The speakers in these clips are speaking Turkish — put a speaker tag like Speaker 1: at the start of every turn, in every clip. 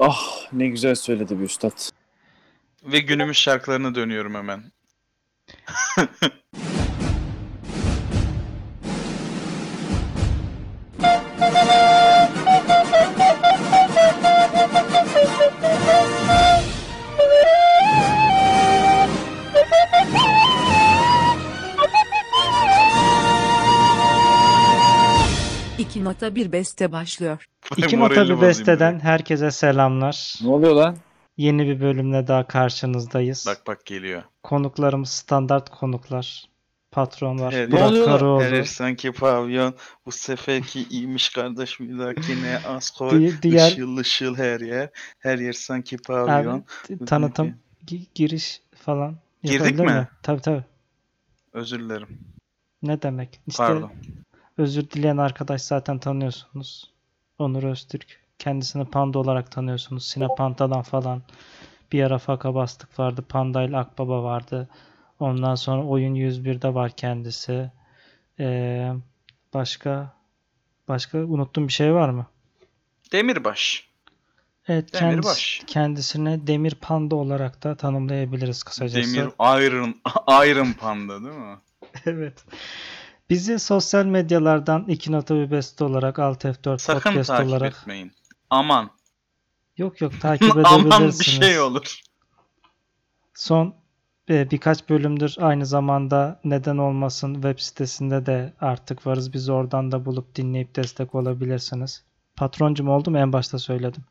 Speaker 1: Ah ne güzel söyledi bir üstad.
Speaker 2: Ve günümüz şarkılarına dönüyorum hemen.
Speaker 3: İki nota bir beste başlıyor.
Speaker 4: İki
Speaker 2: Moralimi
Speaker 4: nota bir
Speaker 2: bozayım
Speaker 4: besteden
Speaker 2: dedim.
Speaker 4: herkese selamlar.
Speaker 1: Ne oluyor lan?
Speaker 4: Yeni bir bölümle daha karşınızdayız.
Speaker 2: Bak bak geliyor.
Speaker 4: Konuklarımız standart konuklar. Patron var.
Speaker 2: Evet.
Speaker 1: Ne
Speaker 4: Burak
Speaker 1: oluyor lan?
Speaker 4: Karoğlu.
Speaker 2: Her sanki pavyon bu seferki iyiymiş kardeş bir dahakine az koy.
Speaker 4: Di- diğer
Speaker 2: Işıl ışıl her yer. Her yer sanki
Speaker 4: abi,
Speaker 2: pavyon.
Speaker 4: tanıtım gi- giriş falan.
Speaker 2: Girdik
Speaker 4: yapabilir
Speaker 2: mi?
Speaker 4: miyim? Tabii tabii.
Speaker 2: Özür dilerim.
Speaker 4: Ne demek? İşte
Speaker 2: Pardon.
Speaker 4: özür dileyen arkadaş zaten tanıyorsunuz. Onur Öztürk. Kendisini Panda olarak tanıyorsunuz. Sine Panta'dan falan. Bir ara Faka Bastık vardı. Panda ile Akbaba vardı. Ondan sonra Oyun 101'de var kendisi. Ee, başka başka unuttum bir şey var mı?
Speaker 2: Demirbaş.
Speaker 4: Evet kendisi-
Speaker 2: Demirbaş.
Speaker 4: kendisini Demir Panda olarak da tanımlayabiliriz kısacası.
Speaker 2: Demir Iron, Iron Panda değil mi?
Speaker 4: Evet. Bizi sosyal medyalardan iki nota bir beste olarak Alt F4
Speaker 2: Sakın
Speaker 4: podcast
Speaker 2: takip
Speaker 4: olarak
Speaker 2: etmeyin. Aman.
Speaker 4: Yok yok takip edebilirsiniz.
Speaker 2: Aman bir şey olur.
Speaker 4: Son e, birkaç bölümdür aynı zamanda Neden Olmasın web sitesinde de artık varız. Biz oradan da bulup dinleyip destek olabilirsiniz. Patroncum oldu mu en başta söyledim.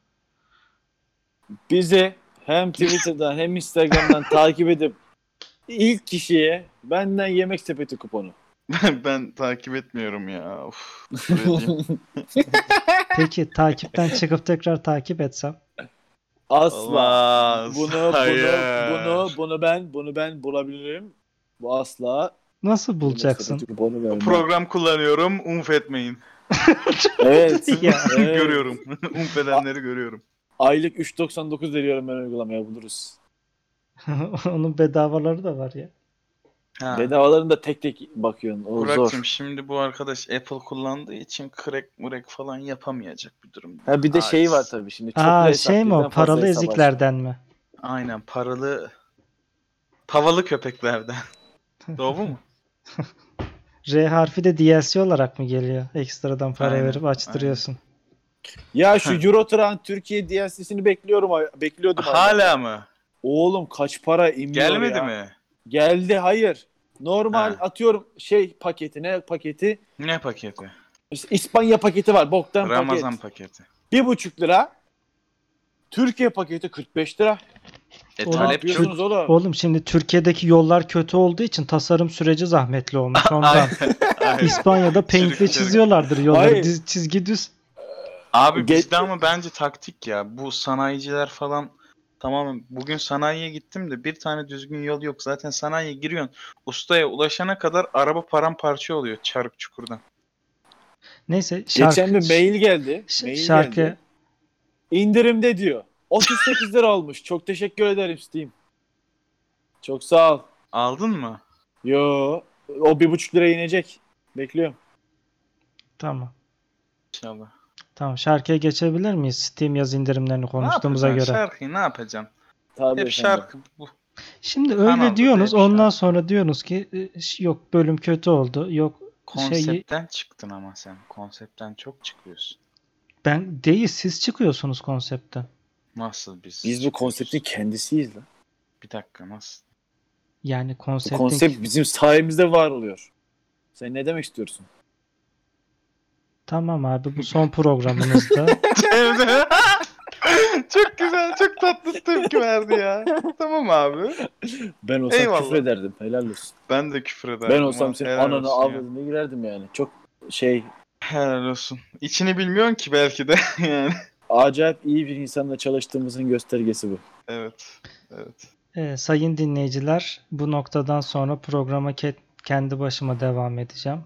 Speaker 1: Bizi hem Twitter'dan hem Instagram'dan takip edip ilk kişiye benden yemek sepeti kuponu.
Speaker 2: ben takip etmiyorum ya. Of. Öyle diyeyim.
Speaker 4: Peki takipten çıkıp tekrar takip etsem.
Speaker 1: Asla.
Speaker 2: Olmaz.
Speaker 1: Bunu,
Speaker 2: Hayır.
Speaker 1: bunu, bunu, bunu ben, bunu ben bulabilirim. Bu asla
Speaker 4: Nasıl bulacaksın?
Speaker 1: yemek sepeti kuponu vermem.
Speaker 2: Program kullanıyorum. Umf etmeyin.
Speaker 1: Evet.
Speaker 4: Ya.
Speaker 1: evet.
Speaker 2: görüyorum. Umf edenleri görüyorum.
Speaker 1: Aylık 3.99 veriyorum ben uygulamaya buluruz.
Speaker 4: Onun bedavaları da var ya.
Speaker 2: Ha.
Speaker 1: Bedavalarını da tek tek bakıyorsun. O
Speaker 2: Burak'cığım
Speaker 1: zor.
Speaker 2: şimdi bu arkadaş Apple kullandığı için crack murek falan yapamayacak bir durumda.
Speaker 1: Ha bir de
Speaker 2: Ay.
Speaker 1: şeyi var tabii şimdi. Çok
Speaker 4: Aa
Speaker 1: da
Speaker 4: şey mi o
Speaker 1: hesap, birden fazla
Speaker 4: paralı
Speaker 1: hesap var.
Speaker 4: eziklerden mi?
Speaker 2: Aynen paralı tavalı köpeklerden. Doğru mu?
Speaker 4: R harfi de DLC olarak mı geliyor? Ekstradan para
Speaker 2: Aynen,
Speaker 4: verip açtırıyorsun.
Speaker 1: Ya şu Eurotran Türkiye DLC'sini bekliyorum. Bekliyordum. hala.
Speaker 2: Hala mı?
Speaker 1: Oğlum kaç para inmiyor
Speaker 2: Gelmedi
Speaker 1: ya.
Speaker 2: mi?
Speaker 1: Geldi hayır. Normal
Speaker 2: Ha.
Speaker 1: atıyorum şey paketine paketi.
Speaker 2: Ne paketi?
Speaker 1: İs- İspanya paketi var. Boktan
Speaker 2: Ramazan
Speaker 1: paket.
Speaker 2: paketi.
Speaker 1: Bir buçuk lira. Türkiye paketi 45 lira.
Speaker 2: E
Speaker 4: Oğlum,
Speaker 1: Ne
Speaker 2: talep çok.
Speaker 1: yapıyorsunuz oğlum?
Speaker 4: Oğlum şimdi Türkiye'deki yollar kötü olduğu için tasarım süreci zahmetli olmuş ondan.
Speaker 2: Ay,
Speaker 4: İspanya'da
Speaker 2: Çürük çürük.
Speaker 4: paintle çiziyorlardır yolları.
Speaker 1: Hayır.
Speaker 4: Diz, çizgi düz.
Speaker 2: Abi
Speaker 1: Ge-
Speaker 2: bizde ama bence taktik ya. Bu sanayiciler falan tamam bugün sanayiye gittim de bir tane düzgün yol yok. Zaten sanayiye giriyorsun. Ustaya ulaşana kadar araba paramparça oluyor çarık çukurdan.
Speaker 4: Neyse şarkı.
Speaker 1: Geçen bir mail geldi.
Speaker 4: ş-
Speaker 1: Mail
Speaker 4: şarkı.
Speaker 1: geldi. İndirimde diyor. 38 lira olmuş. Çok teşekkür ederim Steam. Çok sağ ol.
Speaker 2: Aldın mı?
Speaker 1: Yo. O bir buçuk lira inecek. Bekliyorum.
Speaker 4: Tamam.
Speaker 2: İnşallah.
Speaker 4: Tamam şarkıya geçebilir miyiz? Steam yaz indirimlerini
Speaker 2: Ne
Speaker 4: konuştuğumuza göre.
Speaker 2: yapacaksın? Şarkıyı ne yapacaksın?
Speaker 1: Tabii
Speaker 2: Hep
Speaker 1: efendim.
Speaker 2: şarkı bu.
Speaker 4: Şimdi
Speaker 2: Kanalda da
Speaker 4: öyle diyorsunuz.
Speaker 2: hep
Speaker 4: Ondan
Speaker 2: şarkı.
Speaker 4: sonra diyorsunuz ki e, ş- yok bölüm kötü oldu. Yok şey
Speaker 2: Konseptten çıktın ama sen. Konseptten çok çıkıyorsun.
Speaker 4: ben değil siz çıkıyorsunuz konseptten.
Speaker 2: Nasıl biz?
Speaker 1: Biz bu konseptin kendisiyiz lan.
Speaker 2: Bir dakika nasıl?
Speaker 4: Yani
Speaker 1: Bu
Speaker 4: konseptin
Speaker 1: konsept bizim sayemizde var oluyor. Sen ne demek istiyorsun?
Speaker 4: tamam abi bu son programınızda.
Speaker 2: çok güzel, çok tatlı tepki verdi ya. Tamam abi.
Speaker 1: Ben olsam
Speaker 2: Eyvallah.
Speaker 1: küfür ederdim. Helal olsun.
Speaker 2: Ben de küfür ederim.
Speaker 1: ben
Speaker 2: ama
Speaker 1: olsam senin
Speaker 2: helal
Speaker 1: ananı
Speaker 2: olsun ya.
Speaker 1: avradına girerdim yani. Çok şey
Speaker 2: Helal olsun. İçini bilmiyorsun ki belki de yani.
Speaker 1: acayip iyi bir insanla çalıştığımızın göstergesi bu.
Speaker 2: Evet. Evet.
Speaker 4: Ee, sayın dinleyiciler, bu noktadan sonra programa ke- kendi başıma devam edeceğim.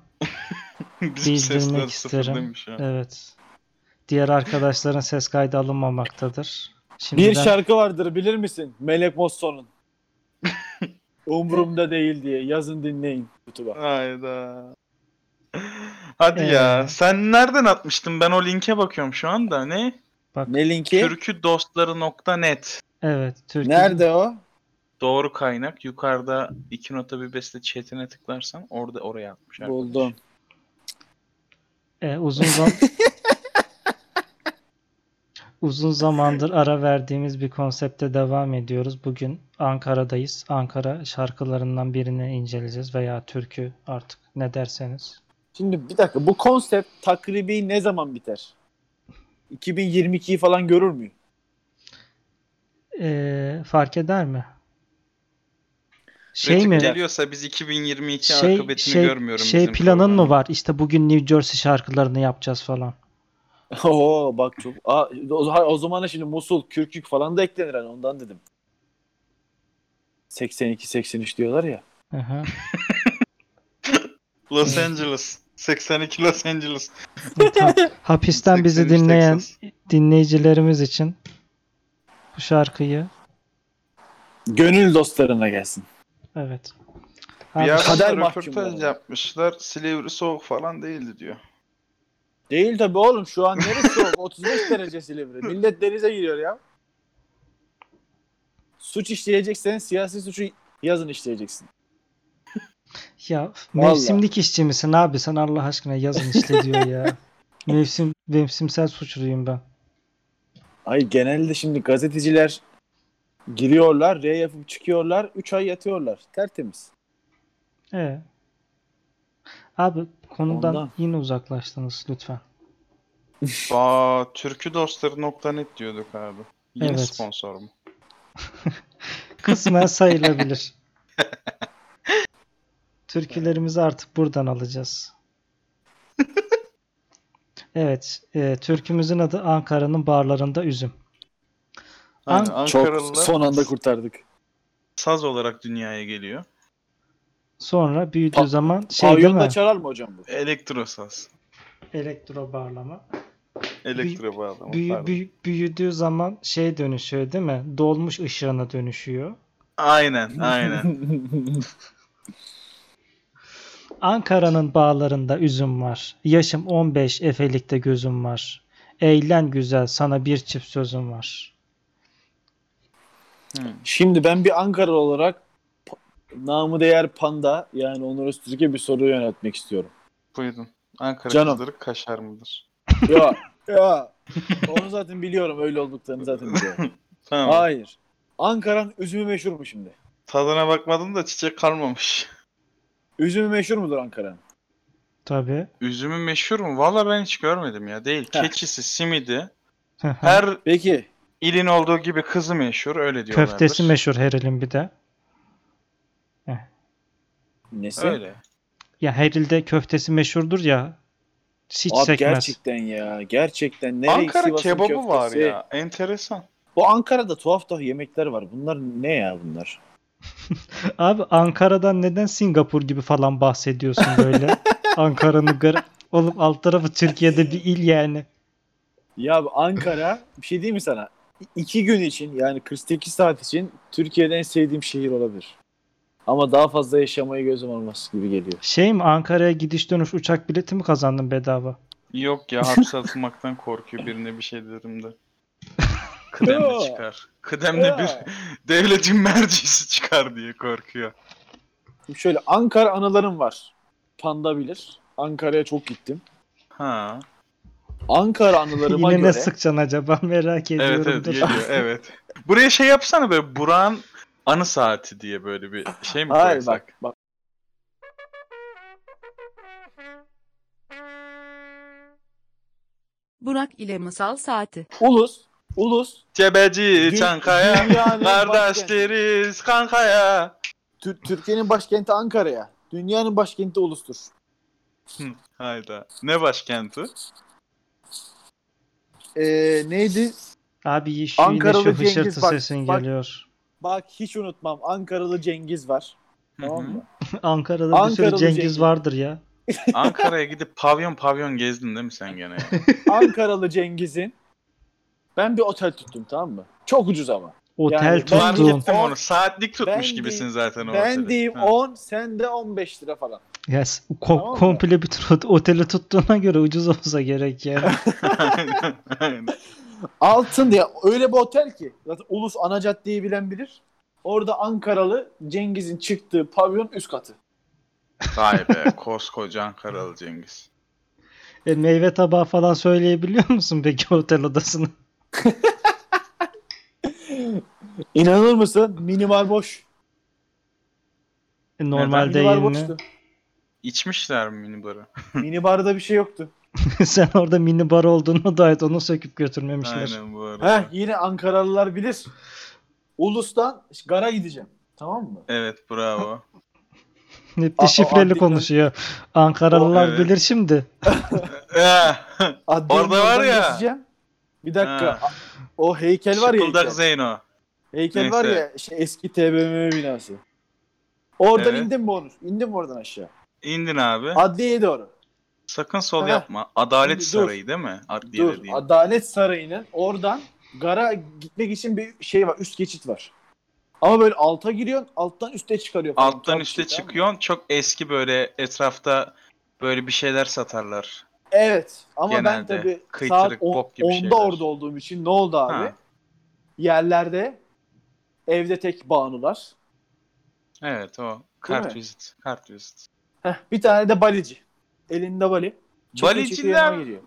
Speaker 2: Bizim sesler
Speaker 4: Bildirmek
Speaker 2: sıfır
Speaker 4: isterim.
Speaker 2: demiş ya.
Speaker 4: Evet. Diğer arkadaşların ses kaydı alınmamaktadır. Şimdiden,
Speaker 1: Bir şarkı vardır bilir misin? Melek Mosso'nun. Umurumda değil diye yazın dinleyin YouTube'a.
Speaker 2: Hayda. Hadi ya.
Speaker 4: Ee.
Speaker 2: Sen nereden atmıştın? Ben o linke bakıyorum şu anda. Ne?
Speaker 4: Bak
Speaker 1: Ne linki?
Speaker 2: Türküdostları.net
Speaker 4: evet Türkiye.
Speaker 1: Nerede o?
Speaker 2: Doğru kaynak. Yukarıda iki nota bir beste chatine tıklarsan orada oraya atmış. arkadaş.
Speaker 1: Buldum.
Speaker 4: E, uzun zam uzun zamandır ara verdiğimiz bir konsepte devam ediyoruz. Bugün Ankara'dayız. Ankara şarkılarından birini inceleyeceğiz veya türkü artık ne derseniz.
Speaker 1: Şimdi bir dakika bu konsept takribi ne zaman biter? 2022'yi falan görür müyüm?
Speaker 4: E, fark eder mi? Şey
Speaker 2: Retweet
Speaker 4: mi?
Speaker 2: geliyorsa biz 2022
Speaker 4: Şey,
Speaker 2: akıbetini
Speaker 4: şey,
Speaker 2: görmüyorum.
Speaker 4: şey
Speaker 2: bizim
Speaker 4: planın mı
Speaker 2: programda.
Speaker 4: var? İşte bugün New Jersey şarkılarını yapacağız falan.
Speaker 1: Oo bak çok. Aa, o, zaman- o zaman da şimdi Musul, Kürkük falan da eklenir hani ondan dedim. 82 83 diyorlar ya.
Speaker 4: Hı hı.
Speaker 2: Los Angeles. 82 Los Angeles.
Speaker 4: Ha- Hapisten bizi
Speaker 2: 83
Speaker 4: dinleyen
Speaker 2: Texas.
Speaker 4: dinleyicilerimiz için bu şarkıyı
Speaker 1: Gönül dostlarına gelsin.
Speaker 4: evet.
Speaker 2: Bir
Speaker 4: Abi,
Speaker 1: kader
Speaker 2: kader röportaj
Speaker 1: mahkumları.
Speaker 2: yapmışlar. Silivri soğuk falan değildi diyor.
Speaker 1: Değil tabi oğlum şu an neresi soğuk? 35 derece Silivri. Millet denize giriyor ya. Suç işleyecekseniz siyasi suçu yazın işleyeceksin.
Speaker 4: Ya f-
Speaker 1: Vallahi.
Speaker 4: mevsimlik işçi misin abi? Sen Allah aşkına yazın işte diyor ya. Mevsim mevsimsel suçluyum ben.
Speaker 1: Ay genelde şimdi gazeteciler giriyorlar, R yapıp çıkıyorlar, 3 ay yatıyorlar. Tertemiz.
Speaker 4: Ee. Abi konudan
Speaker 1: Ondan.
Speaker 4: yine uzaklaştınız lütfen.
Speaker 2: Aa, türküdostları.net diyorduk abi. Yeni
Speaker 4: Evet.
Speaker 2: sponsor mu?
Speaker 4: Kısmen sayılabilir. Türkülerimizi artık buradan alacağız. Evet, e, türkümüzün adı Ankara'nın barlarında üzüm.
Speaker 2: Aynen,
Speaker 4: An-
Speaker 1: Çok
Speaker 2: Ankaralılar
Speaker 1: son anda kurtardık.
Speaker 2: saz olarak dünyaya geliyor.
Speaker 4: Sonra büyüdüğü
Speaker 1: Pa-
Speaker 4: zaman şey değil
Speaker 1: Pavyonda
Speaker 4: mi?
Speaker 1: çalar mı hocam bu?
Speaker 2: Elektro saz.
Speaker 4: Elektro barlama.
Speaker 2: Elektro bağlama.
Speaker 4: Büyü-
Speaker 2: pardon.
Speaker 4: büyü- büyüdüğü zaman şey dönüşüyor değil mi? Dolmuş ışığına dönüşüyor.
Speaker 2: Aynen aynen.
Speaker 4: Ankara'nın bağlarında üzüm var. Yaşım 15 efelikte gözüm var. Eğlen güzel sana bir çift sözüm var.
Speaker 2: Hmm.
Speaker 1: Şimdi ben bir Ankara olarak pa- namı değer panda yani Onur Öztürk'e bir soru yöneltmek istiyorum.
Speaker 2: Buyurun. Ankara
Speaker 1: Canım.
Speaker 2: kızları kaşar mıdır?
Speaker 1: Ya ya onu zaten biliyorum öyle olduklarını zaten biliyorum.
Speaker 2: Tamam.
Speaker 1: Hayır. Ankara'nın üzümü meşhur mu şimdi?
Speaker 2: Tadına bakmadım da çiçek kalmamış.
Speaker 1: Üzümü meşhur mudur Ankara'nın?
Speaker 4: Tabii.
Speaker 2: Üzümü meşhur mu? Valla ben hiç görmedim ya. Değil.
Speaker 1: Heh.
Speaker 2: Keçisi, simidi.
Speaker 4: Hı hı.
Speaker 2: Her
Speaker 1: Peki
Speaker 2: ilin olduğu gibi kızı meşhur. Öyle diyorlar.
Speaker 4: Köftesi meşhur Heril'in bir de.
Speaker 1: nesi?
Speaker 2: Öyle.
Speaker 4: Ya Heril'de köftesi meşhurdur ya. Hiç
Speaker 1: Abi
Speaker 4: sekmez.
Speaker 1: gerçekten ya gerçekten nereye
Speaker 2: Ankara
Speaker 1: Sivas'ın
Speaker 2: kebabı
Speaker 1: köftesi?
Speaker 2: var ya. Enteresan.
Speaker 1: Bu Ankara'da tuhaf tuhaf yemekler var. Bunlar ne ya bunlar?
Speaker 4: Abi Ankara'dan neden Singapur gibi falan bahsediyorsun böyle? Ankara'nın gar- Oğlum alt tarafı Türkiye'de bir il yani.
Speaker 1: Ya bu Ankara bir şey diyeyim mi sana? İ- İki gün için yani 48 saat için Türkiye'den en sevdiğim şehir olabilir. Ama daha fazla yaşamayı gözüm almaz gibi geliyor.
Speaker 4: Şey mi Ankara'ya gidiş dönüş uçak bileti mi kazandın bedava?
Speaker 2: Yok ya hapse atılmaktan korkuyor birine bir şey derim de.
Speaker 1: Ya.
Speaker 2: Kıdemle çıkar. Kıdemle bir
Speaker 1: Ya.
Speaker 2: devletin mercisi çıkar diye korkuyor.
Speaker 1: Şimdi şöyle Ankara anılarım var. Panda bilir. Ankara'ya çok gittim.
Speaker 2: Ha.
Speaker 1: Ankara anılarıma
Speaker 4: Yine
Speaker 1: göre
Speaker 4: ne sıkacaksın acaba merak ediyorum.
Speaker 2: Evet evet
Speaker 4: Dur.
Speaker 2: geliyor evet. Buraya şey yapsana böyle Burak'ın anı saati diye böyle bir şey mi
Speaker 1: Hayır
Speaker 2: koysak?
Speaker 1: bak bak.
Speaker 3: Burak ile Masal Saati.
Speaker 1: Ulus, Ulus
Speaker 2: Cebeci
Speaker 1: Dü-
Speaker 2: Ee, Çankaya
Speaker 1: dünyanın başkenti.
Speaker 2: kardeşleriz kankaya.
Speaker 1: Tür- Türkiye'nin başkenti Ankara'ya. Dünyanın başkenti Ulus'tur.
Speaker 2: Hayda. Ne başkenti?
Speaker 1: Ee, neydi?
Speaker 4: Abi şu yine
Speaker 1: Ankaralı
Speaker 4: şu
Speaker 1: Cengiz
Speaker 4: hışırtı
Speaker 1: bak-
Speaker 4: sesin
Speaker 1: bak-
Speaker 4: geliyor.
Speaker 1: Bak hiç unutmam. Ankaralı Cengiz var. Tamam mı?
Speaker 4: Ankara'da bir sürü
Speaker 1: Ankaralı
Speaker 4: Cengiz,
Speaker 1: Cengiz.
Speaker 4: vardır ya.
Speaker 2: Ankara'ya gidip pavyon pavyon gezdin değil mi sen gene? ya?
Speaker 1: Ankaralı Cengiz'in ben bir otel tuttum tamam mı? Çok ucuz ama.
Speaker 4: Otel
Speaker 1: Yani ben
Speaker 2: Fark
Speaker 4: tuttuğun.
Speaker 2: ettim onu. Saatlik tutmuş
Speaker 1: Ben
Speaker 2: gibisin
Speaker 1: deyim-
Speaker 2: zaten o
Speaker 1: ben
Speaker 2: oteli.
Speaker 1: diyeyim
Speaker 2: Ha.
Speaker 1: 10, sen de 15 lira falan.
Speaker 4: Yes. Ko-
Speaker 1: Tamam mı?
Speaker 4: komple bütün ot- oteli tuttuğuna göre ucuz olsa gerek yani.
Speaker 2: Aynen, aynen.
Speaker 1: Altın diye öyle bir otel ki. Zaten Ulus ana caddeyi bilen bilir. Orada Ankaralı Cengiz'in çıktığı pavyon üst katı.
Speaker 2: Vay be koskoca Ankaralı Cengiz.
Speaker 4: E, meyve tabağı falan söyleyebiliyor musun peki otel E, odasını?
Speaker 1: İnanır mısın? Minimal boş.
Speaker 4: E, normal
Speaker 2: Neden?
Speaker 4: değil
Speaker 1: Minibar
Speaker 4: mi?
Speaker 1: boştu.
Speaker 2: İçmişler mi minibarı?
Speaker 1: Minibarda bir şey yoktu.
Speaker 4: Sen orada mini bar olduğunu da et onu söküp götürmemişler.
Speaker 2: Aynen bu arada.
Speaker 1: Heh, yine Ankaralılar bilir. Ulus'tan gara gideceğim. Tamam mı?
Speaker 2: Evet bravo.
Speaker 4: Hep
Speaker 1: A-
Speaker 4: de
Speaker 1: a-
Speaker 4: şifreli
Speaker 1: antik-
Speaker 4: konuşuyor. Ankaralılar
Speaker 2: O, evet.
Speaker 4: bilir şimdi.
Speaker 2: Eh,
Speaker 1: Adliye
Speaker 2: Orada
Speaker 1: yoldan
Speaker 2: var ya.
Speaker 1: geçeceğim. Bir dakika.
Speaker 2: Ha.
Speaker 1: O heykel var ya.
Speaker 2: Şıkıldak
Speaker 1: heykel.
Speaker 2: Zeyno.
Speaker 1: Heykel
Speaker 2: Neyse.
Speaker 1: var ya şey, eski TBMM binası. Oradan
Speaker 2: Evet.
Speaker 1: indim mi Onur? İndim mi oradan aşağı?
Speaker 2: İndin abi.
Speaker 1: Adliyeye doğru.
Speaker 2: Sakın sol
Speaker 1: Ha.
Speaker 2: yapma. Adalet
Speaker 1: Dur.
Speaker 2: Sarayı değil mi? Adliye
Speaker 1: Dur.
Speaker 2: dediğin.
Speaker 1: Adalet Sarayı'nın oradan gara gitmek için bir şey var. Üst geçit var. Ama böyle alta giriyorsun. Alttan üste çıkarıyor. falan.
Speaker 2: Alttan
Speaker 1: Tuhaf bir
Speaker 2: üste
Speaker 1: şey, tamam mı?
Speaker 2: çıkıyorsun. Çok eski böyle etrafta böyle bir şeyler satarlar.
Speaker 1: Evet. Ama ben
Speaker 2: Genelde
Speaker 1: tabii
Speaker 2: kıytırık,
Speaker 1: saat on-
Speaker 2: bok gibi
Speaker 1: 10'da
Speaker 2: şeyler.
Speaker 1: orada olduğum için ne oldu abi?
Speaker 2: Ha.
Speaker 1: Yerlerde evde tek banular.
Speaker 2: Evet o.
Speaker 1: mi?
Speaker 2: Kart vizit. Kart vizit.
Speaker 1: Heh, bir tane de balici. Elinde bali. Çıkıyor, çıkıyor,
Speaker 2: Baliciler
Speaker 1: yanıma geliyor.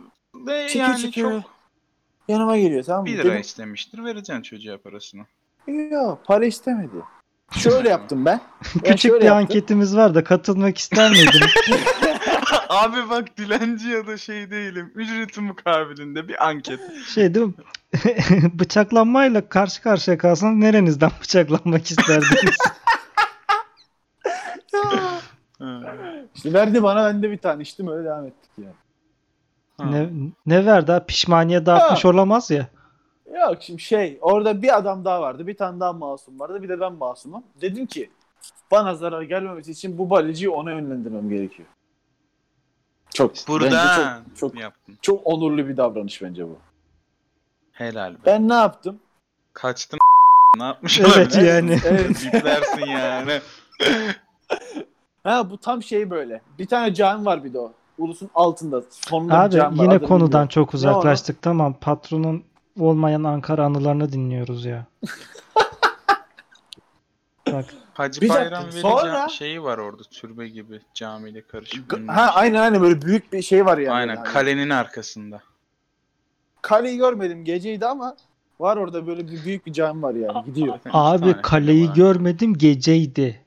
Speaker 2: de
Speaker 1: Çıkıyor,
Speaker 2: yani
Speaker 1: çıkıyor.
Speaker 2: çok
Speaker 1: Yanıma geliyor tamam mı?
Speaker 2: 1 lira
Speaker 1: Dedim,
Speaker 2: istemiştir. Vereceksin çocuğa parasını.
Speaker 1: Yok para istemedi. Şöyle yaptım ben. Ben
Speaker 4: Küçük
Speaker 1: şöyle
Speaker 4: bir
Speaker 1: yaptım.
Speaker 4: anketimiz var da katılmak ister miydin?
Speaker 2: abi bak dilenci ya da şey değilim. Ücreti mukabilinde bir anket.
Speaker 4: şey değil mi? Bıçaklanmayla karşı karşıya kalsanız nerenizden bıçaklanmak isterdiniz?
Speaker 2: Ha.
Speaker 1: İşte verdi bana ben de bir tane içtim öyle devam ettik yani.
Speaker 2: Ha.
Speaker 4: ne, ne ver daha pişmaniye dağıtmış
Speaker 1: Ha.
Speaker 4: olamaz ya.
Speaker 1: Yok şimdi şey orada bir adam daha vardı bir tane daha masum vardı bir de ben masumum. Dedim ki bana zarar gelmemesi için bu baliciyi ona yönlendirmem gerekiyor. Çok bence
Speaker 2: Buradan
Speaker 1: çok, çok,
Speaker 2: yaptın.
Speaker 1: çok onurlu bir davranış bence bu.
Speaker 2: Helal be.
Speaker 1: Ben ne yaptım?
Speaker 2: Kaçtın ne yapmış
Speaker 4: Evet
Speaker 2: olabilir?
Speaker 4: yani.
Speaker 1: Evet.
Speaker 2: Yüklersin yani.
Speaker 1: ha bu tam şey böyle. Bir tane can var bir de o. Ulusun altında. Sonunda bir can
Speaker 4: Abi
Speaker 1: var.
Speaker 4: yine
Speaker 1: adını
Speaker 4: konudan
Speaker 1: bilmiyorum.
Speaker 4: çok uzaklaştık tamam patronun olmayan Ankara anılarını dinliyoruz ya. Bak
Speaker 2: Hacı
Speaker 1: Bir dakika,
Speaker 2: Bayram Veli
Speaker 1: sonra-
Speaker 2: ca- şeyi var orada türbe gibi camiyle karışık.
Speaker 1: G-
Speaker 2: bilmem
Speaker 1: Ha
Speaker 2: ne.
Speaker 1: aynen aynen böyle büyük bir şey var yani.
Speaker 2: Hmm. Aynen
Speaker 1: Yani.
Speaker 2: kalenin arkasında.
Speaker 1: Kaleyi görmedim geceydi ama var orada böyle bir büyük bir cam var yani gidiyor.
Speaker 2: Zaten iki
Speaker 4: abi
Speaker 2: tane
Speaker 4: kaleyi
Speaker 2: var.
Speaker 4: görmedim geceydi.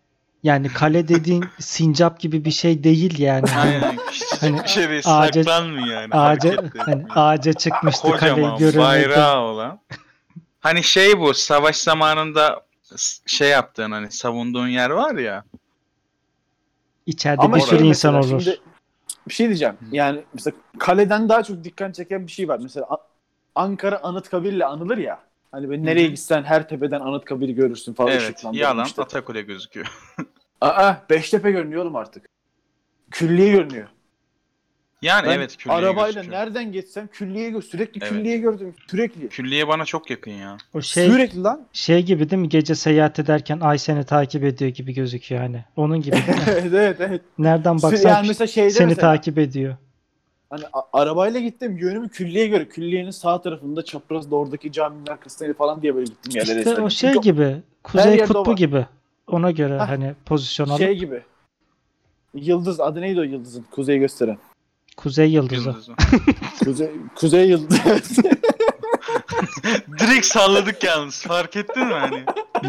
Speaker 4: Yani kale dediğin sincap gibi bir şey değil yani.
Speaker 2: Aynen küçücük
Speaker 4: Hani
Speaker 2: bir şey değil
Speaker 4: ağaca-
Speaker 2: saklanmıyor yani.
Speaker 4: Ağaca,
Speaker 2: hareket de
Speaker 4: hani
Speaker 2: etmiyor.
Speaker 4: ağaca çıkmıştı kaleyi
Speaker 2: Kocaman
Speaker 4: görünmedi.
Speaker 2: bayrağı olan. Hani şey bu savaş zamanında s- şey yaptığın hani savunduğun yer var ya.
Speaker 4: İçeride
Speaker 1: Ama
Speaker 4: bir
Speaker 1: şey
Speaker 4: sürü insan
Speaker 1: mesela
Speaker 4: olur. Hmm.
Speaker 1: şimdi bir şey diyeceğim. Yani mesela kaleden daha çok dikkat çeken bir şey var. Mesela A- Ankara Anıtkabir'le anılır ya. Hani böyle nereye
Speaker 2: Hı hı.
Speaker 1: gitsen her tepeden Anıtkabir'i görürsün falan.
Speaker 2: Evet
Speaker 1: ışıklandırılmış
Speaker 2: yalan
Speaker 1: işte.
Speaker 2: Atakule gözüküyor.
Speaker 1: Aa Beştepe görünüyor oğlum artık. Külliye görünüyor.
Speaker 2: Yani
Speaker 1: Ben
Speaker 2: evet külliye
Speaker 1: arabayla
Speaker 2: gözüküyor.
Speaker 1: nereden geçsem külliye gö- sürekli
Speaker 2: Evet.
Speaker 1: külliye gördüm sürekli.
Speaker 2: Külliye bana çok yakın ya.
Speaker 4: O şey
Speaker 1: Sürekli lan.
Speaker 4: şey gibi değil mi? Gece seyahat ederken ay seni takip ediyor gibi gözüküyor hani. Onun gibi.
Speaker 1: evet evet evet.
Speaker 4: Nereden baksan
Speaker 1: yani mesela şey şeyde
Speaker 4: seni
Speaker 1: mesela,
Speaker 4: takip ediyor.
Speaker 1: Hani a- arabayla gittim yönümü külliye göre. Külliyenin sağ tarafında çaprazda oradaki caminin arkasına falan diye böyle gittim yerlere.
Speaker 4: İşte o
Speaker 1: istedim.
Speaker 4: şey
Speaker 1: Çünkü
Speaker 4: gibi. Kuzey
Speaker 1: yerde o
Speaker 4: kutbu
Speaker 1: var.
Speaker 4: gibi. Ona göre
Speaker 1: Hah.
Speaker 4: hani pozisyon alıp
Speaker 1: Şey gibi. Yıldız adı neydi o yıldızın? Kuzey gösteren.
Speaker 4: kuzey yıldızı.
Speaker 2: Yıldızı.
Speaker 1: Kuzey, kuzey yıldız.
Speaker 2: Direkt salladık yalnız fark ettin mi hani?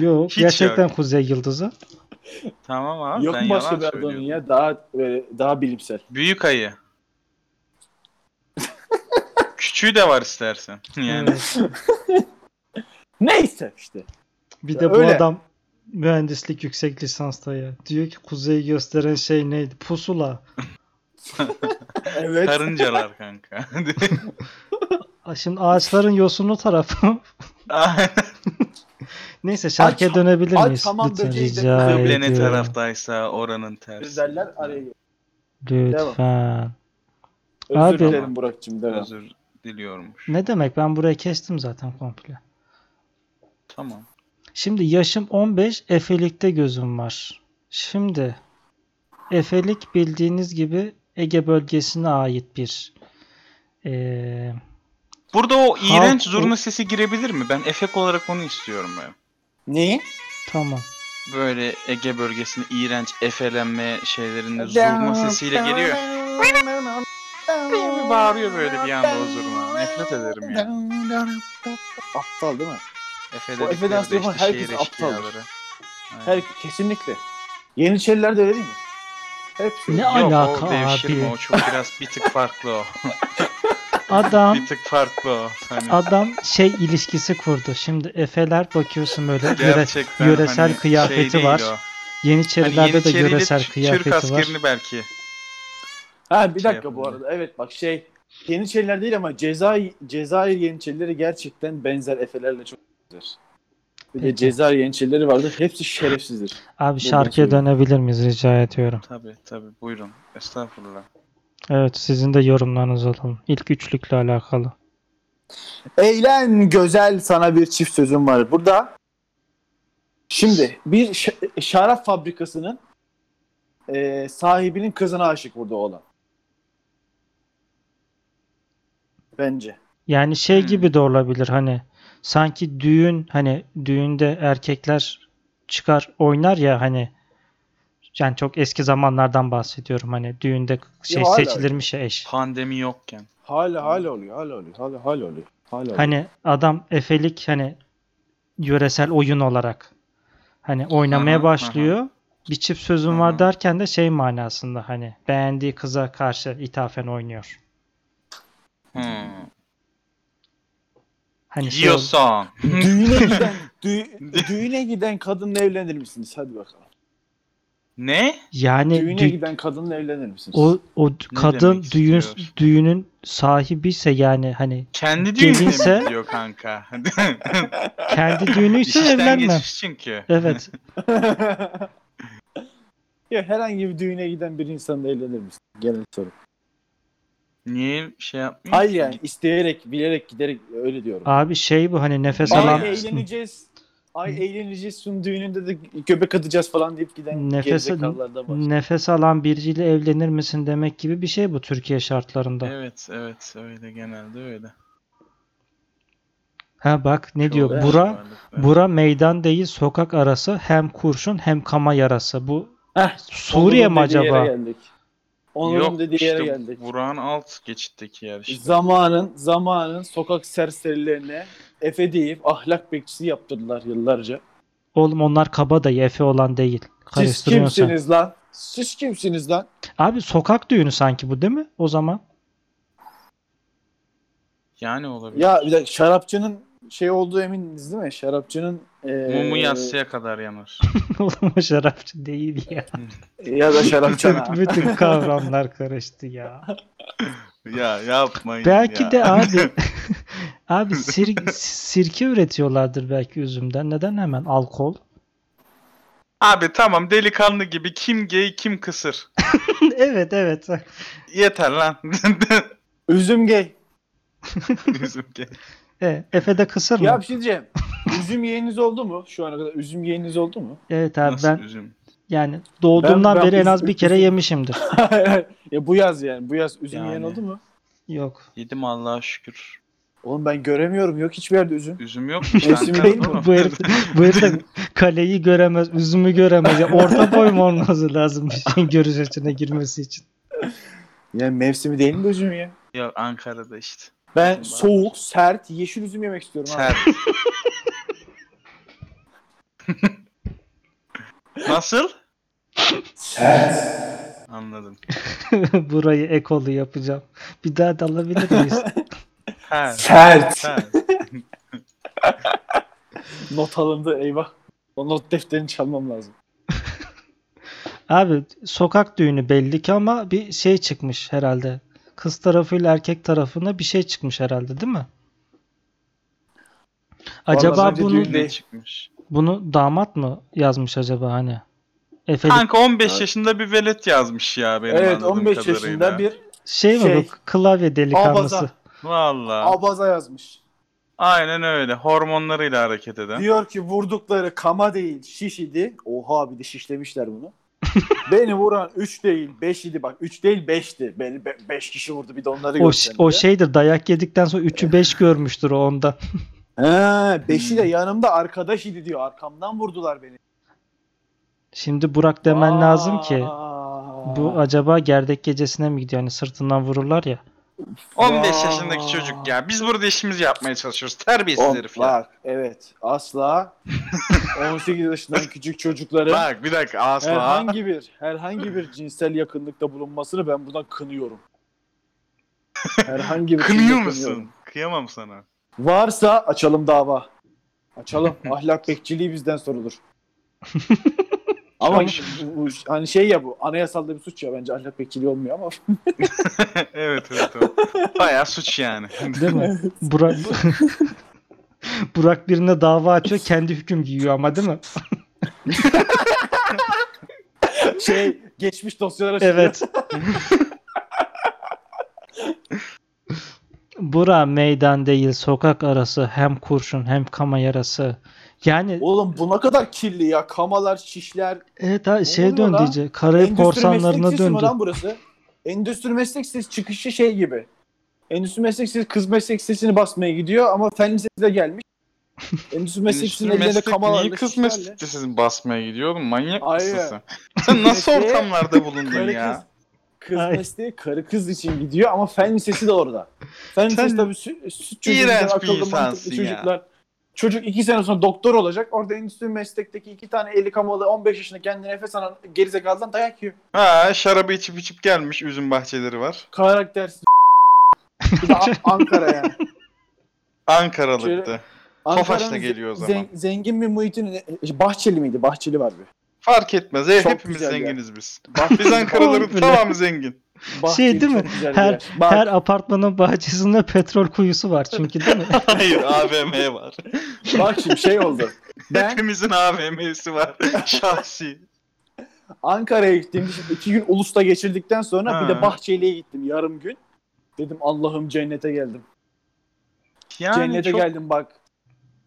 Speaker 4: Yok
Speaker 2: Hiç
Speaker 4: gerçekten
Speaker 2: yok.
Speaker 4: kuzey yıldızı.
Speaker 2: Tamam abi
Speaker 1: Yok
Speaker 2: ben
Speaker 1: mu başka
Speaker 2: yalan
Speaker 1: bir adı onun
Speaker 2: söylüyorum.
Speaker 1: ya? Daha böyle daha bilimsel.
Speaker 2: Büyük ayı. Küçüğü de var istersen. Yani
Speaker 4: Evet.
Speaker 1: Neyse işte.
Speaker 4: Bir
Speaker 1: Ya
Speaker 4: de bu
Speaker 1: öyle.
Speaker 4: adam mühendislik yüksek lisansta ya. Diyor ki kuzeyi gösteren şey neydi? Pusula.
Speaker 1: Evet.
Speaker 2: karıncalar kanka.
Speaker 4: Aa, Şimdi ağaçların yosunlu tarafı. Neyse şarkıya
Speaker 1: Aç-
Speaker 4: dönebilir
Speaker 1: aç
Speaker 4: miyiz?
Speaker 1: hamam
Speaker 4: Lütfen
Speaker 1: böceği de
Speaker 4: rica
Speaker 2: Kıble ne
Speaker 4: ediyorum.
Speaker 2: taraftaysa oranın tersi.
Speaker 1: Özeller araya gir.
Speaker 4: Lütfen.
Speaker 1: Özür
Speaker 4: Abi.
Speaker 1: dilerim Burak'cığım. Devam.
Speaker 2: Özür diliyormuş.
Speaker 4: Ne demek ben burayı kestim zaten komple.
Speaker 2: Tamam.
Speaker 4: Şimdi yaşım 15, efelikte gözüm var. Şimdi efelik e, bildiğiniz gibi Ege bölgesine ait bir eee,
Speaker 2: Burada o iğrenç
Speaker 4: Halk-
Speaker 2: zurna sesi girebilir mi? Ben efek olarak onu istiyorum ya.
Speaker 1: Neyi?
Speaker 4: Tamam.
Speaker 2: Böyle Ege bölgesinde iğrenç efelenme şeylerinde zurna sesiyle geliyor. Bir bağırıyor böyle bir anda o zurna. Nefret ederim ya.
Speaker 1: Aptal değil mi?
Speaker 2: Efe
Speaker 1: Bu Efe'den
Speaker 2: dedikleri de
Speaker 1: sonra
Speaker 2: işte
Speaker 1: herkes
Speaker 2: şehir
Speaker 1: aptal.
Speaker 2: eşkıyaları. Aynen.
Speaker 1: Her kesinlikle. Yeniçeriler de öyle değil mi? Hepsi.
Speaker 4: Ne
Speaker 2: Yok
Speaker 4: alaka
Speaker 2: o devşirme
Speaker 4: abi?
Speaker 2: o çok biraz bir tık farklı o.
Speaker 4: Adam
Speaker 2: bir tık farklı o. Hani
Speaker 4: adam şey ilişkisi kurdu. Şimdi Efe'ler bakıyorsun böyle yöre,
Speaker 2: gerçekten
Speaker 4: yöresel
Speaker 2: hani şey
Speaker 4: kıyafeti
Speaker 2: değil
Speaker 4: var.
Speaker 2: o. Hani
Speaker 4: Yeniçerilerde de
Speaker 2: Yeniçeri'yle
Speaker 4: yöresel
Speaker 2: Türk- Türk
Speaker 4: kıyafeti var.
Speaker 2: askerini belki.
Speaker 1: Ha bir
Speaker 2: Şey
Speaker 1: dakika bu
Speaker 2: yapın
Speaker 1: arada. Evet bak şey Yeniçeriler değil ama Cezayir, Cezayir Yeniçerileri gerçekten benzer Efe'lerle çok benzer. Bir de
Speaker 4: Peki.
Speaker 1: Cezayir Yeniçerileri vardır. Hepsi şerefsizdir.
Speaker 4: Abi
Speaker 1: Buradan
Speaker 4: şarkıya
Speaker 1: söyleyeyim.
Speaker 4: dönebilir miyiz rica ediyorum.
Speaker 2: Tabi tabi buyurun. Estağfurullah.
Speaker 4: Evet sizin de yorumlarınız alalım. İlk üçlükle alakalı.
Speaker 1: Eğlen güzel sana bir çift sözüm var. Burada şimdi bir ş- şarap fabrikasının e, sahibinin kızına aşık burada olan. Bence.
Speaker 4: Yani şey
Speaker 2: Hmm.
Speaker 4: gibi de olabilir hani sanki düğün hani düğünde erkekler çıkar oynar ya hani yani çok eski zamanlardan bahsediyorum hani düğünde şey
Speaker 1: hala öyle.
Speaker 4: seçilirmiş ya eş.
Speaker 2: Pandemi yokken.
Speaker 1: Hala hala oluyor. Hala oluyor. Hala hala oluyor. Hala oluyor.
Speaker 4: Hani adam efelik hani yöresel oyun olarak hani oynamaya
Speaker 2: Aha, aha.
Speaker 4: başlıyor. Bir çift sözüm
Speaker 2: Hı
Speaker 4: var
Speaker 2: hı.
Speaker 4: derken de şey manasında hani beğendiği kıza karşı ithafen oynuyor.
Speaker 2: Hmm.
Speaker 4: Hani şey ol-
Speaker 2: Yiyorsan.
Speaker 1: düğüne giden dü- düğüne giden kadınla evlenir misiniz? Hadi bakalım.
Speaker 2: Ne?
Speaker 4: yani
Speaker 1: Düğüne
Speaker 4: dü-
Speaker 1: giden kadınla evlenir misiniz?
Speaker 4: O o kadın
Speaker 2: demek
Speaker 4: düğün
Speaker 2: istiyor?
Speaker 4: düğünün sahibi ise yani hani
Speaker 2: Kendi düğününe
Speaker 4: Gelinse-
Speaker 2: mi diyor kanka?
Speaker 4: kendi düğünüyse
Speaker 2: İşten
Speaker 4: evlenme.
Speaker 2: geçmiş çünkü.
Speaker 4: Evet.
Speaker 1: ya herhangi bir düğüne giden bir insanla evlenir misin? Genel soru.
Speaker 2: Niye şey yapmıyor?
Speaker 1: Hayır
Speaker 2: ki?
Speaker 1: yani isteyerek, bilerek, giderek öyle diyorum.
Speaker 4: Abi şey bu hani nefes
Speaker 2: Ay,
Speaker 4: alan
Speaker 1: Ay eğleneceğiz. Ay eğleneceğiz. Şunun düğününde de göbek atacağız falan deyip giden
Speaker 4: Nefes-
Speaker 1: gerizekalılar da var.
Speaker 4: nefes alan biriyle evlenir misin demek gibi bir şey bu Türkiye şartlarında.
Speaker 2: Evet evet öyle genelde öyle.
Speaker 4: Ha bak ne
Speaker 2: Çoğu
Speaker 4: diyor
Speaker 1: be.
Speaker 4: bura
Speaker 2: varlıkta.
Speaker 4: bura meydan değil sokak arası hem kurşun hem kama yarası. Bu
Speaker 1: Heh,
Speaker 4: Suriye
Speaker 1: Onur'un
Speaker 4: mi
Speaker 1: dediği yere
Speaker 4: acaba?
Speaker 1: geldik. Onur'un
Speaker 2: Yok,
Speaker 1: dediği yere
Speaker 2: işte
Speaker 1: geldik.
Speaker 2: Burak'ın alt geçitteki yer işte.
Speaker 1: Zamanın, zamanın sokak serserilerine Efe deyip ahlak bekçisi yaptırdılar yıllarca.
Speaker 4: Oğlum onlar kaba dayı Efe olan değil.
Speaker 1: Siz
Speaker 4: Karıştırıyorsun. sen.
Speaker 1: kimsiniz lan? Siz kimsiniz lan?
Speaker 4: Abi sokak düğünü sanki bu değil mi? O zaman
Speaker 2: Yani olabilir.
Speaker 1: Ya bir dakika şarapçının şey olduğu eminiz değil mi? Şarapçının e,
Speaker 2: Mumu yatsıya kadar yanar.
Speaker 4: oğlum o şarapçı değil ya.
Speaker 1: ya da şarapçana.
Speaker 4: Bütün kavramlar karıştı ya.
Speaker 2: ya yapmayın
Speaker 4: Belki
Speaker 2: ya.
Speaker 4: de abi abi sir- sirke üretiyorlardır belki üzümden. Neden hemen alkol?
Speaker 2: Abi tamam delikanlı gibi kim gay kim kısır.
Speaker 4: evet evet.
Speaker 2: Yeter lan.
Speaker 1: Üzüm gay.
Speaker 2: Üzüm gay.
Speaker 4: E, Efe'de kısır mı?
Speaker 1: Ya bir şey diyeceğim. Üzüm yeğeniz oldu mu? Şu ana kadar üzüm yeğeniz oldu mu?
Speaker 4: evet abi
Speaker 2: Nasıl
Speaker 4: ben
Speaker 2: üzüm?
Speaker 4: yani doğduğumdan
Speaker 1: şey Ben- ben
Speaker 4: beri en az
Speaker 1: üzüm-
Speaker 4: bir kere yemişimdir.
Speaker 1: ya bu yaz yani. Bu yaz üzüm
Speaker 2: Yani.
Speaker 1: yeğen oldu mu?
Speaker 4: Yok.
Speaker 2: Yedim Allah'a şükür.
Speaker 1: Oğlum ben göremiyorum. Yok hiçbir yerde üzüm.
Speaker 2: Üzüm yok mu?
Speaker 1: Üzüm
Speaker 2: Şankar
Speaker 1: değil mi?
Speaker 2: olur mu?
Speaker 4: Bu herif, bu herif de kaleyi göremez, üzümü göremez. Ya orta boy mu olması lazım bir şeyin görüş açına girmesi için?
Speaker 1: Yani mevsimi değil mi bu üzüm ya?
Speaker 2: Ya Ankara'da işte.
Speaker 1: Ben
Speaker 2: Bak.
Speaker 1: soğuk, sert, yeşil üzüm yemek istiyorum abi.
Speaker 2: Sen. Nasıl?
Speaker 1: Sert.
Speaker 2: Anladım.
Speaker 4: Burayı ekolu yapacağım. Bir daha da alabilir miyiz?
Speaker 2: Ha.
Speaker 1: Sert.
Speaker 2: ha.
Speaker 1: Not alındı eyvah. O not defterini çalmam lazım.
Speaker 4: Abi sokak düğünü belli ki ama bir şey çıkmış herhalde. Kız tarafıyla erkek tarafına bir şey çıkmış herhalde değil mi? Acaba
Speaker 1: bence
Speaker 4: bunu
Speaker 1: düğün
Speaker 2: Ne çıkmış?
Speaker 4: bunu damat mı yazmış acaba hani? Efe'lik
Speaker 2: Kanka 15
Speaker 1: Evet.
Speaker 2: yaşında bir velet yazmış ya benim
Speaker 1: evet
Speaker 2: anladığım
Speaker 1: 15
Speaker 2: kadarıyla.
Speaker 1: yaşında bir
Speaker 4: şey mi
Speaker 1: şey,
Speaker 4: bu klavye delikanlısı?
Speaker 1: abaza.
Speaker 2: Valla.
Speaker 1: abaza yazmış.
Speaker 2: Aynen öyle. Hormonlarıyla hareket eden.
Speaker 1: Diyor ki vurdukları kama değil şiş idi. Oha bir de şişlemişler bunu. Beni vuran 3 değil 5 idi bak 3 değil 5'ti. Beni 5 kişi vurdu bir de onları
Speaker 4: O,
Speaker 1: gösterdi.
Speaker 4: o şeydir dayak yedikten sonra 3'ü 5 görmüştür o ondan.
Speaker 1: He, 5'i
Speaker 2: Hmm.
Speaker 1: de yanımda arkadaş idi diyor. Arkamdan vurdular beni.
Speaker 4: Şimdi Burak demen
Speaker 1: Aa.
Speaker 4: lazım ki bu acaba gerdek gecesine mi gidiyor? Hani sırtından vururlar ya.
Speaker 2: 15
Speaker 1: Vay.
Speaker 2: yaşındaki çocuk ya. Biz burada işimizi yapmaya çalışıyoruz. Terbiyesiz
Speaker 1: On-
Speaker 2: herif ya.
Speaker 1: Bak evet asla 18 yaşından küçük çocukların
Speaker 2: Bak bir dakika asla.
Speaker 1: herhangi bir herhangi bir cinsel yakınlıkta bulunmasını ben buradan kınıyorum. Herhangi bir
Speaker 2: Kınıyor
Speaker 1: kınıyorum.
Speaker 2: musun? Kıyamam sana.
Speaker 1: Varsa açalım dava. Açalım. Ahlak bekçiliği bizden sorulur. ama bu- bu- hani şey ya bu anayasalda bir suç ya bence ahlak bekçiliği olmuyor ama
Speaker 2: evet evet o. Bayağı suç yani.
Speaker 4: Değil mi? Burak Burak birine dava açıyor kendi hüküm giyiyor ama değil mi?
Speaker 1: şey geçmiş dosyalara şey-
Speaker 4: Evet. Bura meydan değil sokak arası hem kurşun hem kama yarası. Yani
Speaker 1: Oğlum bu ne kadar kirli ya. Kamalar, şişler.
Speaker 4: evet ha,
Speaker 1: ne
Speaker 4: şey
Speaker 1: oluyor
Speaker 4: döndü
Speaker 1: lan?
Speaker 4: iyice. Karayip korsanlarına
Speaker 1: meslek sesi mi
Speaker 4: döndü.
Speaker 1: lan burası? Endüstri meslek sesi çıkışı şey gibi. Endüstri meslek sesi kız meslek sesini basmaya gidiyor ama fen lisesi de gelmiş. Endüstri meslek sesinin
Speaker 2: Endüstri
Speaker 1: elinde
Speaker 2: meslek
Speaker 1: kamalarla,
Speaker 2: Niye kız
Speaker 1: şişlerle.
Speaker 2: meslekte sizin basmaya gidiyor oğlum? Manyak mısın
Speaker 1: Hayır.
Speaker 2: sen? Sen nasıl
Speaker 1: Mesleğe
Speaker 2: ortamlarda bulundun
Speaker 1: Karı
Speaker 2: ya?
Speaker 1: Kız, kız
Speaker 4: Ay.
Speaker 1: mesleği karı kız için gidiyor ama fen lisesi de orada. Fen
Speaker 2: Sen
Speaker 1: lisesi tabii sü- süt çocuğundan
Speaker 2: iğrenç bir
Speaker 1: akıllı mantıklı
Speaker 2: insansın ya.
Speaker 1: çocuklar. Çocuk iki sene sonra doktor olacak. Orada endüstri meslekteki iki tane eli kamalı 15 yaşında kendini nefes alan gerizekalıdan dayak yiyor.
Speaker 2: Ha şarabı içip içip gelmiş. Üzüm bahçeleri var.
Speaker 1: Karaktersiz. Bir de A- Ankara yani.
Speaker 2: Ankaralıktı. Tofaş'la
Speaker 1: Ankara'nın
Speaker 2: geliyor o
Speaker 1: zen-
Speaker 2: zaman.
Speaker 1: zengin bir muhitin e, şey, Bahçeli miydi? Bahçeli var bir.
Speaker 2: Fark etmez. e,
Speaker 1: Çok
Speaker 2: hepimiz
Speaker 1: güzel ya.
Speaker 2: zenginiz biz.
Speaker 1: Bahçeli-
Speaker 2: Biz Ankaralıların
Speaker 4: Harbiden.
Speaker 2: tamamı zengin.
Speaker 1: Bahçeli
Speaker 4: Şey, değil mi?
Speaker 1: çok güzel bir
Speaker 4: Her-
Speaker 1: yer. Bak,
Speaker 4: Her apartmanın bahçesinde petrol kuyusu var çünkü değil mi?
Speaker 2: Hayır AVM var.
Speaker 1: bak şimdi şey oldu. Ben
Speaker 2: Hepimizin AVM'si var. Şahsi.
Speaker 1: Ankara'ya gittim. Şimdi iki gün Ulus'ta geçirdikten sonra bir de
Speaker 2: Ha.
Speaker 1: Bahçeli'ye gittim yarım gün. Dedim Allah'ım cennete geldim.
Speaker 2: Yani
Speaker 1: cennete
Speaker 2: çok
Speaker 1: geldim bak.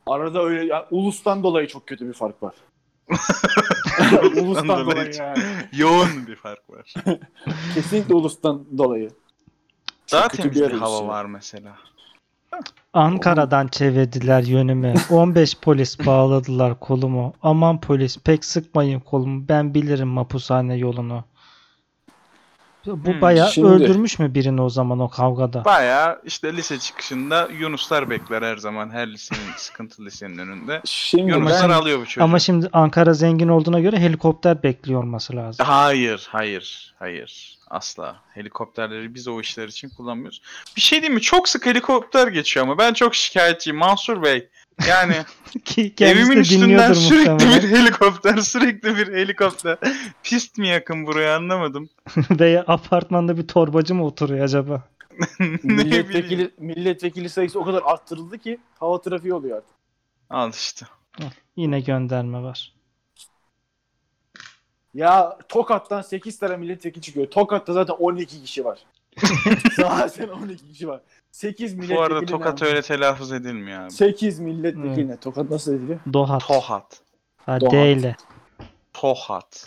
Speaker 1: Arada öyle ya, Ulus'tan dolayı çok kötü bir fark var. Ulus'tan
Speaker 2: dolayı
Speaker 1: dolayı yani.
Speaker 2: yoğun bir fark var.
Speaker 1: Kesinlikle Ulus'tan dolayı. Çok
Speaker 2: Daha
Speaker 1: kötü
Speaker 2: temiz
Speaker 1: bir
Speaker 2: bir
Speaker 1: yer orası.
Speaker 2: hava var mesela.
Speaker 4: Ankara'dan çevirdiler yönümü. 15 polis bağladılar kolumu. Aman polis pek sıkmayın kolumu. Ben bilirim mapushane yolunu. Bu
Speaker 2: Hmm,
Speaker 4: bayağı
Speaker 1: şimdi-
Speaker 4: öldürmüş mü birini o zaman o kavgada?
Speaker 2: Bayağı işte lise çıkışında Yunuslar bekler her zaman her lisenin sıkıntı lisenin önünde.
Speaker 1: Şimdi
Speaker 2: Yunuslar
Speaker 1: ben,
Speaker 2: alıyor bu çocuğu.
Speaker 4: Ama şimdi Ankara zengin olduğuna göre helikopter bekliyor olması lazım.
Speaker 2: Hayır, hayır, hayır. Asla. Helikopterleri biz o işler için kullanmıyoruz. Bir şey diyeyim mi? Çok sık helikopter geçiyor ama ben çok şikayetçiyim Mansur Bey. Yani
Speaker 4: Ki kendisi
Speaker 2: evimin
Speaker 4: de
Speaker 2: üstünden
Speaker 4: dinliyordur
Speaker 2: sürekli
Speaker 4: muhtemelen.
Speaker 2: bir helikopter, sürekli bir helikopter. Pist mi yakın buraya anlamadım.
Speaker 4: Veya apartmanda bir torbacı mı oturuyor acaba?
Speaker 2: ne bileyim.
Speaker 1: milletvekili, milletvekili sayısı o kadar arttırıldı ki hava trafiği oluyor artık.
Speaker 2: Al işte.
Speaker 4: Yine gönderme var.
Speaker 1: Ya Tokat'tan 8 tane milletvekili çıkıyor. Tokat'ta zaten 12 kişi var. zaten 12 kişi var. 8 milletvekili.
Speaker 2: Bu arada tokat öyle telaffuz edilmiyor abi.
Speaker 1: 8 milletvekiline. Tokat nasıl ediliyor?
Speaker 4: Dohat.
Speaker 2: Tohat.
Speaker 4: Ha,
Speaker 1: Dohat.
Speaker 4: D ile.
Speaker 2: Tohat.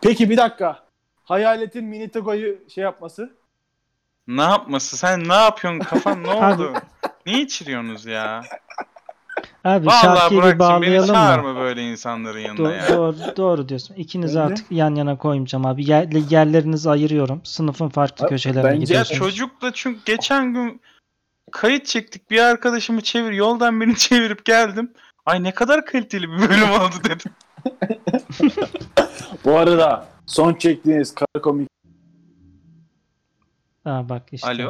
Speaker 1: Peki bir dakika. Hayaletin Minitago'yu şey yapması.
Speaker 2: Ne yapması? Sen ne yapıyorsun? Kafan ne
Speaker 4: Abi.
Speaker 2: oldu? Niye içiriyorsunuz ya?
Speaker 4: Abi
Speaker 2: Vallahi
Speaker 4: şarkıyı bir
Speaker 2: Burak'cığım beni
Speaker 4: bağlayalım mı?
Speaker 2: çağırma böyle insanların yanına
Speaker 4: Do-
Speaker 2: ya.
Speaker 4: doğru, doğru diyorsun. İkinizi
Speaker 1: Bence-
Speaker 4: artık yan yana koymayacağım abi. Yer, yerlerinizi ayırıyorum. Sınıfın farklı
Speaker 1: Abi,
Speaker 4: köşelerine
Speaker 1: bence-
Speaker 2: Ya
Speaker 4: gidiyorsunuz.
Speaker 2: çocukla çünkü geçen gün kayıt çektik bir arkadaşımı çevir yoldan birini çevirip geldim. Ay ne kadar kaliteli bir bölüm oldu dedim.
Speaker 1: Bu arada son çektiğiniz kara komik.
Speaker 4: Ha, bak işte.
Speaker 2: Alo.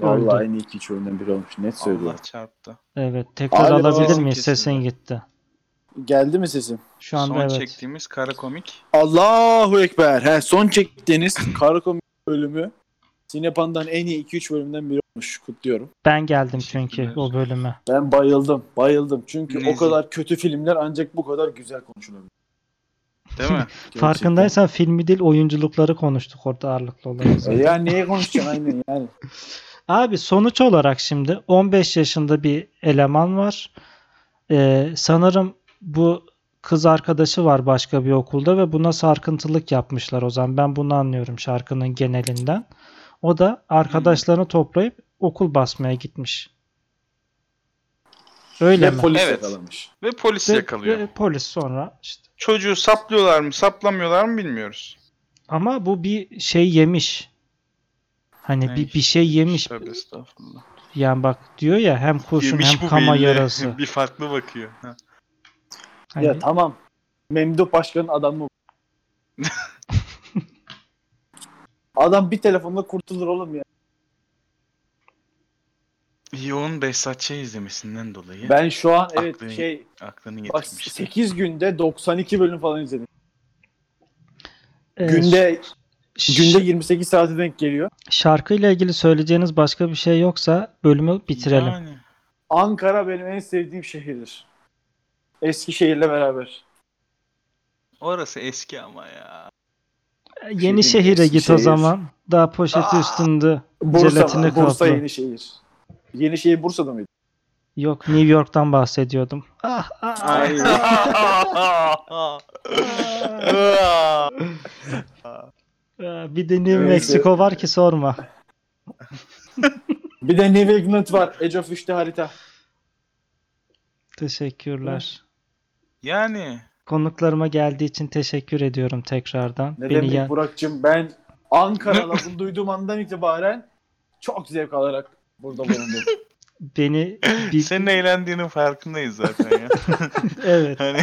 Speaker 4: Öldü.
Speaker 1: Vallahi en iyi iki çoğundan biri olmuş. Net söylüyorum.
Speaker 2: Allah çarptı.
Speaker 4: Evet tekrar
Speaker 1: Alo.
Speaker 4: alabilir
Speaker 2: Sesin
Speaker 4: miyiz?
Speaker 2: kesildi.
Speaker 4: Sesin gitti.
Speaker 1: Geldi mi sesim?
Speaker 4: Şu anda
Speaker 2: Son
Speaker 4: evet.
Speaker 2: çektiğimiz kara komik.
Speaker 1: Allahu Ekber. He, son çektiğiniz kara komik bölümü Sinepan'dan en iyi 2-3 bölümden biri olmuş. Kutluyorum.
Speaker 4: Ben geldim çünkü
Speaker 2: Teşekkürler.
Speaker 4: o bölüme.
Speaker 1: Ben bayıldım. Bayıldım. Çünkü o
Speaker 2: Nezih.
Speaker 1: kadar kötü filmler ancak bu kadar güzel konuşulabilir.
Speaker 2: Değil mi?
Speaker 1: Gerçekten.
Speaker 4: Farkındaysan filmi değil oyunculukları konuştuk orada ağırlıklı olarak.
Speaker 1: E Ya neye konuşacaksın aynen yani.
Speaker 4: Abi sonuç olarak şimdi 15 yaşında bir eleman var. Ee, sanırım bu kız arkadaşı var başka bir okulda ve buna sarkıntılık yapmışlar o zaman. Ben bunu anlıyorum şarkının genelinden. O da arkadaşlarını toplayıp okul basmaya gitmiş. Öyle
Speaker 1: Ve
Speaker 4: mi?
Speaker 1: polis
Speaker 2: Evet.
Speaker 1: yakalamış.
Speaker 2: Ve polis
Speaker 4: Ve-
Speaker 2: yakalıyor.
Speaker 4: ve polis sonra işte
Speaker 2: Çocuğu saplıyorlar mı saplamıyorlar mı bilmiyoruz.
Speaker 4: Ama bu bir şey yemiş. Hani
Speaker 2: Ne
Speaker 4: bir bir şey yemiş.
Speaker 2: Tövbe estağfurullah.
Speaker 4: Yani bak diyor ya hem kurşun
Speaker 2: Yemiş
Speaker 4: hem
Speaker 2: bu
Speaker 4: kama
Speaker 2: belli.
Speaker 4: yarası.
Speaker 2: bir farklı bakıyor. Ha.
Speaker 4: Hani
Speaker 1: Ya tamam. Memduh Başkan'ın adamı. Adam bir telefonla kurtulur oğlum ya.
Speaker 2: İyi onun Behzatçı izlemesinden dolayı
Speaker 1: Ben şu an evet
Speaker 2: Aklını
Speaker 1: şey
Speaker 2: aklını
Speaker 1: bak
Speaker 2: getirmiş.
Speaker 1: 8 günde 92 bölüm falan izledim.
Speaker 4: e,
Speaker 1: Günde
Speaker 4: ş-
Speaker 1: günde 28 saate denk geliyor.
Speaker 4: şarkıyla ilgili söyleyeceğiniz başka bir şey yoksa bölümü bitirelim.
Speaker 2: Yani.
Speaker 1: Ankara benim en sevdiğim şehirdir. Eskişehir'le beraber.
Speaker 2: Orası eski ama ya.
Speaker 4: E, Yeni
Speaker 1: Şey Ah! değil,
Speaker 4: şehire git o
Speaker 1: Eskişehir.
Speaker 4: zaman. Daha poşeti
Speaker 2: Aa!
Speaker 4: üstünde
Speaker 1: Bursa,
Speaker 4: jelatine
Speaker 1: mı? Bursa
Speaker 4: kaplı.
Speaker 1: Yenişehir. Yenişehir Bursa'da mıydı?
Speaker 4: Yok New York'tan bahsediyordum. Ah, ah, ah.
Speaker 1: Ay.
Speaker 4: Ee, Bir de New
Speaker 1: Neyse.
Speaker 4: Mexico var ki sorma.
Speaker 1: Bir de New England var. Age of 3'te harita.
Speaker 4: Teşekkürler.
Speaker 2: yani
Speaker 4: Konuklarıma geldiği için teşekkür ediyorum tekrardan.
Speaker 1: Ne
Speaker 4: Beni
Speaker 1: demek
Speaker 4: ya-
Speaker 1: Burak'cığım ben Ankara lafını duyduğum andan itibaren çok zevk alarak burada bulundum.
Speaker 4: beni bir-
Speaker 2: senin eğlendiğinin farkındayız zaten ya.
Speaker 4: evet.
Speaker 2: hani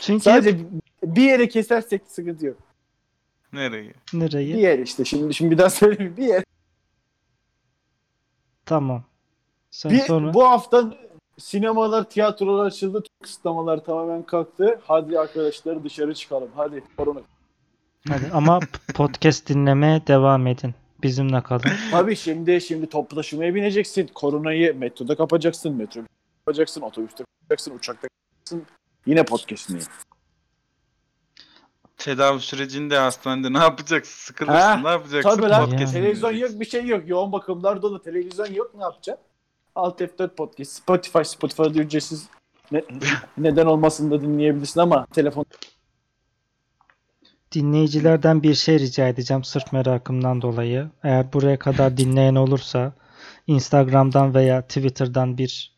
Speaker 4: Çünkü
Speaker 1: Sadece bir yere kesersek sıkıntı yok.
Speaker 2: nereye?
Speaker 1: Bir
Speaker 4: Nereye?
Speaker 1: yer işte şimdi şimdi bir daha söyleyeyim bir yer.
Speaker 4: Tamam. Sen
Speaker 1: Bir,
Speaker 4: sonra
Speaker 1: Bu hafta sinemalar, tiyatrolar açıldı. tüm Kısıtlamalar tamamen kalktı. Hadi arkadaşlar dışarı çıkalım. Hadi korona.
Speaker 4: Hadi ama p- podcast dinlemeye devam edin. Bizimle kalın.
Speaker 1: Tabii şimdi şimdi toplu taşımaya bineceksin. Koronayı metroda kapacaksın. Metro kapacaksın. Otobüste kapacaksın. Uçakta kapacaksın. Yine podcast dinleyin.
Speaker 2: Tedavi sürecinde hastanede ne yapacaksın? Sıkılırsın
Speaker 1: Ha,
Speaker 2: ne yapacaksın?
Speaker 1: Tabii lan.
Speaker 4: podcast
Speaker 1: Televizyon
Speaker 2: dinleyeceksin.
Speaker 1: yok bir şey yok. Yoğun bakımlar dolu. Televizyon yok ne yapacaksın? Alt F4 podcast. Spotify. Spotify'da ücretsiz ne- neden olmasın da dinleyebilirsin ama telefon
Speaker 4: Dinleyicilerden bir şey rica edeceğim sırf merakımdan dolayı. Eğer buraya kadar dinleyen olursa Instagram'dan veya Twitter'dan bir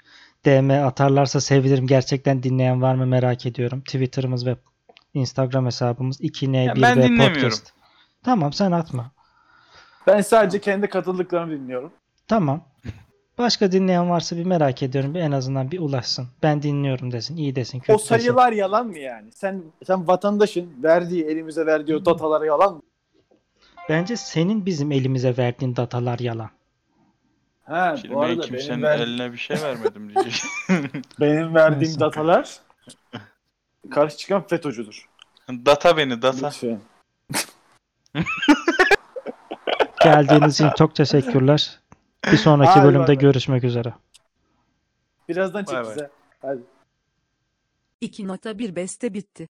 Speaker 4: DM atarlarsa sevinirim. Gerçekten dinleyen var mı merak ediyorum. Twitter'ımız ve Instagram hesabımız 2N1
Speaker 2: Ya ben
Speaker 4: ve
Speaker 2: dinlemiyorum.
Speaker 4: podcast. Tamam sen atma.
Speaker 1: Ben sadece kendi katıldıklarımı dinliyorum.
Speaker 4: Tamam. Başka dinleyen varsa bir merak ediyorum. Bir en azından bir ulaşsın. Ben dinliyorum desin. iyi desin. Kötü şey.
Speaker 1: O
Speaker 4: desin.
Speaker 1: sayılar yalan mı yani? Sen sen vatandaşın verdiği elimize verdiği o datalar yalan mı?
Speaker 4: Bence senin bizim elimize verdiğin datalar yalan.
Speaker 1: Ha,
Speaker 2: Şimdi
Speaker 1: bu
Speaker 2: ben
Speaker 1: arada
Speaker 2: kimsenin
Speaker 1: benim, ver-
Speaker 2: eline bir şey vermedim diyecek.
Speaker 1: benim verdiğim
Speaker 4: Neyse.
Speaker 1: datalar karşı çıkan FETÖ'cüdür.
Speaker 2: data beni data.
Speaker 1: Lütfen.
Speaker 4: Geldiğiniz için çok teşekkürler. Bir sonraki
Speaker 1: Hadi
Speaker 4: bölümde
Speaker 1: bay bay.
Speaker 4: görüşmek üzere.
Speaker 1: Birazdan
Speaker 2: Bay
Speaker 1: çek
Speaker 2: bay.
Speaker 1: bize.
Speaker 3: 2.1 beste bitti.